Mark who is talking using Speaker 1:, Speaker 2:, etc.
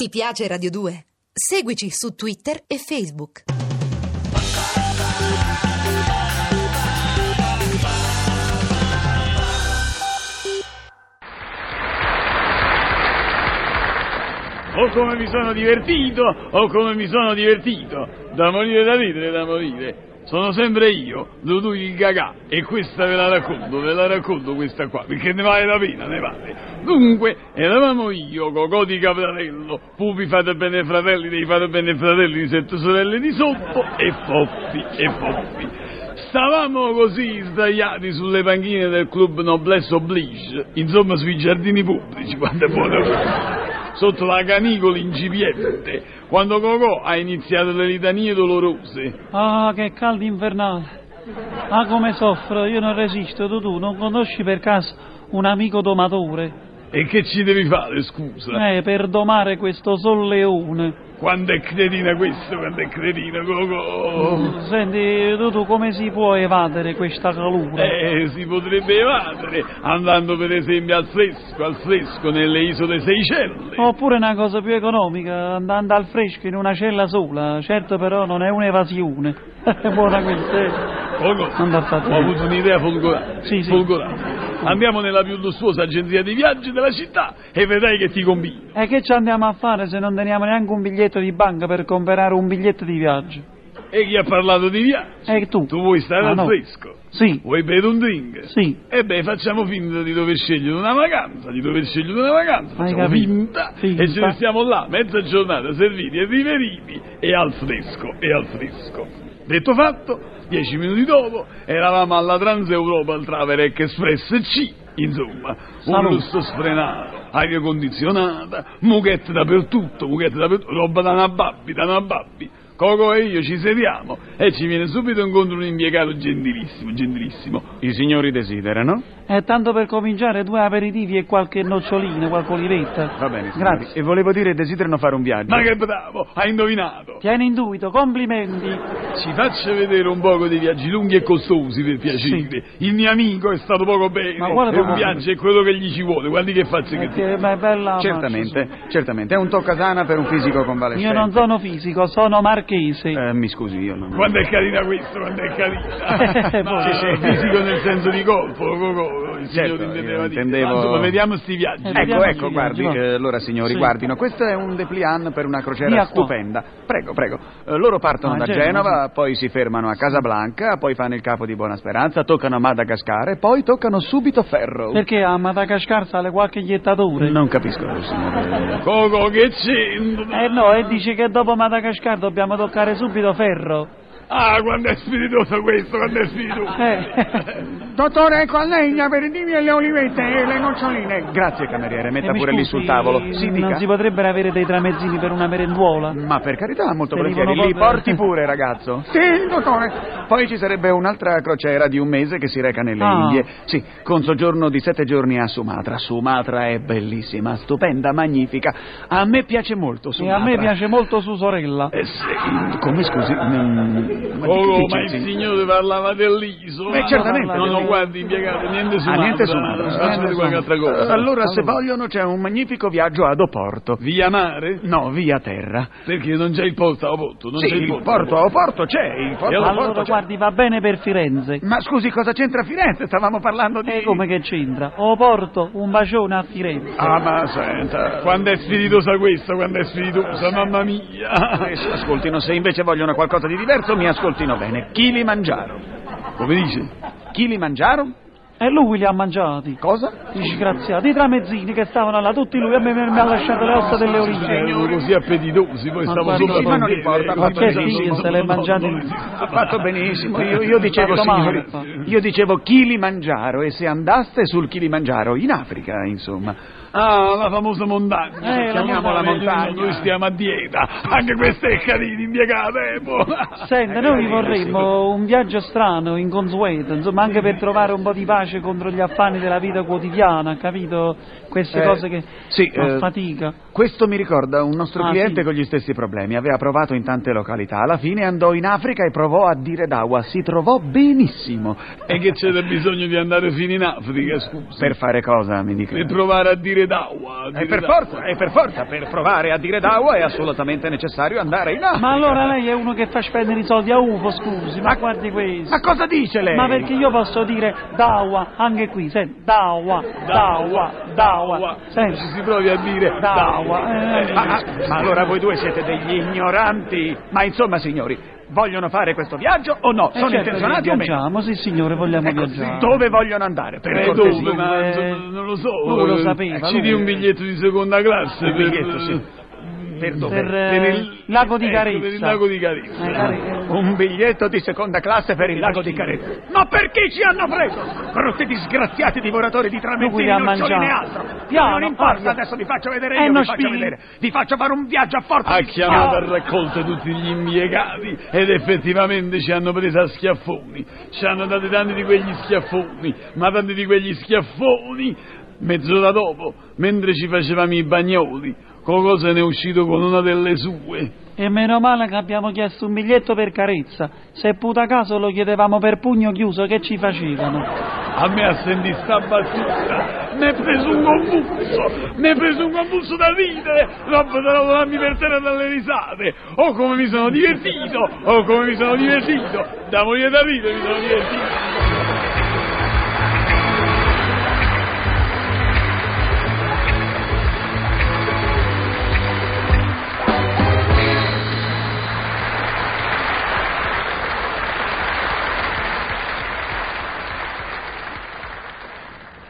Speaker 1: Ti piace Radio 2? Seguici su Twitter e Facebook.
Speaker 2: Oh come mi sono divertito, oh come mi sono divertito. Da morire da ridere, da morire. Sono sempre io, Dudu il Gagà, e questa ve la racconto, ve la racconto questa qua, perché ne vale la pena, ne vale. Dunque, eravamo io, Cocò di Caprarello, Pupi fate bene fratelli, dei fate bene fratelli di sette sorelle di sotto, e Poppi, e Poppi. Stavamo così sdraiati sulle panchine del club Noblesse Oblige, insomma sui giardini pubblici, quando buono sotto la canicola incipiente, quando Cocò ha iniziato le litanie dolorose.
Speaker 3: Ah, che caldo invernale. Ah, come soffro, io non resisto. Tu, tu non conosci per caso un amico domatore?
Speaker 2: E che ci devi fare, scusa?
Speaker 3: Eh, per domare questo solleone.
Speaker 2: Quando è cretina questo, quando è cretina Cocò?
Speaker 3: Senti, tu, tu come si può evadere questa calura?
Speaker 2: Eh, si potrebbe evadere andando per esempio al fresco, al fresco nelle isole Seicelle.
Speaker 3: Oppure una cosa più economica, andando al fresco in una cella sola. Certo però non è un'evasione. Buona questa. eh.
Speaker 2: Cocò,
Speaker 3: Non da fare.
Speaker 2: ho avuto un'idea folgorante.
Speaker 3: Sì, sì.
Speaker 2: folgorante. Andiamo nella più lussuosa agenzia di viaggi della città e vedrai che ti combino.
Speaker 3: E che ci andiamo a fare se non teniamo neanche un biglietto di banca per comprare un biglietto di viaggio?
Speaker 2: E chi ha parlato di viaggio?
Speaker 3: E tu?
Speaker 2: Tu vuoi stare
Speaker 3: Ma
Speaker 2: al
Speaker 3: Ah, no.
Speaker 2: fresco?
Speaker 3: Sì,
Speaker 2: Vuoi bere un drink?
Speaker 3: sì.
Speaker 2: E beh, facciamo finta di dover scegliere una vacanza, di dover scegliere una vacanza,
Speaker 3: Hai
Speaker 2: facciamo
Speaker 3: capito?
Speaker 2: finta,
Speaker 3: Finta.
Speaker 2: e ce ne stiamo là, mezza giornata, serviti e riveriti, e al fresco, e al fresco. Detto fatto, dieci minuti dopo, eravamo alla Transeuropa al Traverec Express C, insomma, un
Speaker 3: Salute.
Speaker 2: lusso sfrenato, aria condizionata, mughette dappertutto, mughette dappertutto, roba da nababbi, da nababbi. Coco e io ci sediamo e ci viene subito incontro un impiegato gentilissimo, gentilissimo.
Speaker 4: I signori desiderano?
Speaker 3: E Eh, tanto per cominciare due aperitivi e qualche nocciolina, qualche olivetta.
Speaker 4: Va bene, signori.
Speaker 3: Grazie.
Speaker 4: E volevo dire, desiderano fare un viaggio.
Speaker 2: Ma che bravo, hai indovinato!
Speaker 3: Tieni in dubito, complimenti. Eh,
Speaker 2: Ci faccia vedere un poco dei viaggi lunghi e costosi per piacere. Il mio amico è stato poco bene.
Speaker 3: Ma Eh, quale
Speaker 2: e un
Speaker 3: poco
Speaker 2: viaggio è quello che gli ci vuole. Guardi che faccia che ti.
Speaker 3: Perché è bella
Speaker 4: Certamente, certamente. È un toccasana per un fisico
Speaker 3: faccia.
Speaker 4: convalescente.
Speaker 3: Io non sono fisico, sono marchese.
Speaker 4: Eh, mi scusi, io non...
Speaker 2: Quando è carina questo, quando è carina. Ma
Speaker 3: Sì, sì.
Speaker 2: fisico nel senso di colpo, co- co- il
Speaker 4: Certo,
Speaker 2: signor intendeva
Speaker 4: io
Speaker 2: dire.
Speaker 4: intendevo-
Speaker 2: Ma Insomma, vediamo sti viaggi.
Speaker 3: Eh,
Speaker 4: Ecco,
Speaker 3: Vediamo,
Speaker 4: ecco,
Speaker 3: signori,
Speaker 4: guardi,
Speaker 3: guardi.
Speaker 4: eh, allora signori,
Speaker 3: Sì.
Speaker 4: guardino, questo è un dépliant per una crociera
Speaker 3: Via qua.
Speaker 4: stupenda. Prego, prego. Eh, Loro partono
Speaker 3: Ah,
Speaker 4: da
Speaker 3: Genova,
Speaker 4: Genova, poi si fermano a Casablanca, poi fanno il capo di Buona Speranza, toccano a Madagascar e poi toccano subito Ferro.
Speaker 3: Perché a Madagascar sale qualche jettatore?
Speaker 4: Non capisco, signore.
Speaker 2: Coco, che c'entra?
Speaker 3: Eh no, e dice che dopo Madagascar dobbiamo toccare subito ferro.
Speaker 2: Ah, quando è spiritoso questo, quando è spiritoso.
Speaker 3: Eh.
Speaker 4: Dottore, ecco a lei gli aperitivi e le olivette e le noccioline. Grazie, cameriere, metta
Speaker 3: E mi
Speaker 4: pure lì
Speaker 3: scusi,
Speaker 4: sul tavolo. Si
Speaker 3: non
Speaker 4: dica. Mm,
Speaker 3: si potrebbero avere dei tramezzini per una merenduola?
Speaker 4: Ma per carità, molto
Speaker 3: Se
Speaker 4: volentieri.
Speaker 3: dicono
Speaker 4: Li
Speaker 3: proprio-
Speaker 4: porti pure, ragazzo. Sì, dottore. Poi ci sarebbe un'altra crociera di un mese che si reca nelle
Speaker 3: Ah.
Speaker 4: Indie. Sì, con soggiorno di sette giorni a Sumatra. Sumatra è bellissima, stupenda, magnifica. A me piace molto
Speaker 3: E
Speaker 4: Sumatra.
Speaker 3: a me piace molto sua sorella.
Speaker 4: Eh, sì, come scusi? Mm, Ma di che
Speaker 2: Oh,
Speaker 4: dice,
Speaker 2: ma il
Speaker 4: sì?
Speaker 2: signore parlava dell'isola.
Speaker 4: Eh, certamente.
Speaker 2: No, no, guardi, impiegato, niente su
Speaker 4: Ah, niente su
Speaker 2: Facciate qualche altra cosa.
Speaker 4: Allora, se vogliono, c'è un magnifico viaggio ad Oporto.
Speaker 2: Via mare?
Speaker 4: No, via terra.
Speaker 2: Perché non c'è il porto a Oporto, non
Speaker 4: sì,
Speaker 2: c'è il
Speaker 4: il
Speaker 2: porto.
Speaker 4: porto a Oporto c'è, il porto a
Speaker 3: Allora,
Speaker 4: Oporto c'è.
Speaker 3: guardi, va bene per Firenze.
Speaker 4: Ma scusi, cosa c'entra Firenze? Stavamo parlando di...
Speaker 3: E Eh, come che c'entra? O porto un bacione a Firenze.
Speaker 4: Ah, ma senta...
Speaker 2: Quando è spiritosa questa, quando è spiritosa, mamma mia.
Speaker 4: Adesso ascoltino, se invece vogliono qualcosa di diverso, mi ascoltino bene. Kilimangiaro.
Speaker 2: Come dice?
Speaker 4: Kilimangiaro?
Speaker 3: E lui li ha mangiati.
Speaker 4: Cosa?
Speaker 3: Disgraziato, i tramezzini che stavano là, tutti lui, a me mi ha lasciato le ossa delle
Speaker 2: Signori.
Speaker 3: orecchie.
Speaker 2: Erano così appetitosi, poi stavo
Speaker 3: guardi,
Speaker 2: sopra
Speaker 3: sì, ma
Speaker 2: con
Speaker 4: non
Speaker 2: te,
Speaker 4: importa,
Speaker 2: eh,
Speaker 4: ma
Speaker 2: così
Speaker 4: che
Speaker 2: mangiando,
Speaker 4: figlio,
Speaker 2: no,
Speaker 3: se l'è
Speaker 2: no, no,
Speaker 3: mangiato.
Speaker 2: non esiste.
Speaker 4: Ha fatto benissimo. Io, io dicevo,
Speaker 3: Fatto male,
Speaker 4: signori,
Speaker 3: fa.
Speaker 4: io dicevo Kilimangiaro e se andaste sul Kilimangiaro, in Africa, insomma.
Speaker 2: Ah, la famosa montagna.
Speaker 3: Eh, la
Speaker 2: Chiamiamola
Speaker 3: montagna.
Speaker 2: montagna. Noi stiamo a dieta. Anche questa è carina, impiegata, eh, boh.
Speaker 3: Senta,
Speaker 4: Eh,
Speaker 3: noi
Speaker 4: capito,
Speaker 3: vorremmo un viaggio strano, inconsueto, insomma, anche per trovare un po' di pace efficace contro gli affanni della vita quotidiana, capito? Queste
Speaker 4: Eh,
Speaker 3: cose che
Speaker 4: sì,
Speaker 3: fa
Speaker 4: eh,
Speaker 3: fatica.
Speaker 4: Questo mi ricorda un nostro
Speaker 3: Ah,
Speaker 4: cliente
Speaker 3: sì.
Speaker 4: con gli stessi problemi. Aveva provato in tante località. Alla fine andò in Africa e provò a dire d'awa. Si trovò benissimo.
Speaker 2: E che c'era bisogno di andare fino in Africa, scusa?
Speaker 4: Per fare cosa, mi dica?
Speaker 2: Per provare a dire d'awa. a
Speaker 4: E
Speaker 2: dire
Speaker 4: Eh, per
Speaker 2: d'awa.
Speaker 4: forza, e per forza, per provare a dire d'awa è assolutamente necessario andare in Africa.
Speaker 3: Ma allora lei è uno che fa spendere i soldi a UFO, scusi, ma,
Speaker 4: Ma-
Speaker 3: guardi questo.
Speaker 4: Ma cosa dice lei?
Speaker 3: Ma perché io posso dire Dawa anche qui, senti, Dawa, Dawa, Dawa,
Speaker 2: Ci
Speaker 3: senti,
Speaker 2: si provi a dire
Speaker 3: Dawa. eh,
Speaker 4: Ma, ma- ma allora voi due siete degli ignoranti. Ma insomma, signori, vogliono fare questo viaggio o no?
Speaker 3: eh,
Speaker 4: Sono
Speaker 3: certo che
Speaker 4: intenzionati o meno?
Speaker 3: Viaggiamo, sì signore, vogliamo
Speaker 4: Ecco,
Speaker 3: viaggiare.
Speaker 4: dove vogliono andare? Per
Speaker 2: Eh,
Speaker 4: cortesia.
Speaker 2: dove? Ma
Speaker 3: Eh,
Speaker 2: insomma, non lo so.
Speaker 3: lui lo
Speaker 2: Eh,
Speaker 3: sapeva,
Speaker 2: Ci dia
Speaker 3: lui-
Speaker 2: un biglietto di seconda classe.
Speaker 4: Un
Speaker 2: per-
Speaker 4: biglietto, sì. Per dove?
Speaker 3: Per, eh,
Speaker 2: per il
Speaker 3: Lago di
Speaker 2: ecco,
Speaker 3: Carezza.
Speaker 2: Per il lago di Carezza.
Speaker 3: Eh, Care-
Speaker 4: Un biglietto di seconda classe per il lago di Carezza. Ma perché ci hanno preso? Brutti disgraziati divoratori di
Speaker 3: Lui
Speaker 4: tramezzini,
Speaker 3: ha
Speaker 4: noccioli
Speaker 3: mangiato.
Speaker 4: né altro.
Speaker 3: Piano,
Speaker 4: non importa,
Speaker 3: parla.
Speaker 4: adesso vi faccio vedere
Speaker 3: Eh,
Speaker 4: io,
Speaker 3: no,
Speaker 4: vi faccio
Speaker 3: spi-
Speaker 4: vedere. Vi faccio fare un viaggio a forza
Speaker 2: Ha
Speaker 4: di
Speaker 2: chiamato
Speaker 4: schiavo.
Speaker 2: a raccolta tutti gli impiegati ed effettivamente ci hanno preso a schiaffoni. Ci hanno dato tanti di quegli schiaffoni, ma tanti di quegli schiaffoni. Mezz'ora dopo, mentre ci facevamo i bagnoli, qualcosa ne è uscito con una delle sue.
Speaker 3: E meno male che abbiamo chiesto un biglietto per carezza. Se puta caso lo chiedevamo per pugno chiuso, che ci facevano?
Speaker 2: A me ha sentito sta battuta, mi è preso un convulso, mi è preso un convulso da ridere, roba da rotolarmi per terra dalle risate. Oh come mi sono divertito, oh come mi sono divertito, da morire da ridere mi sono divertito.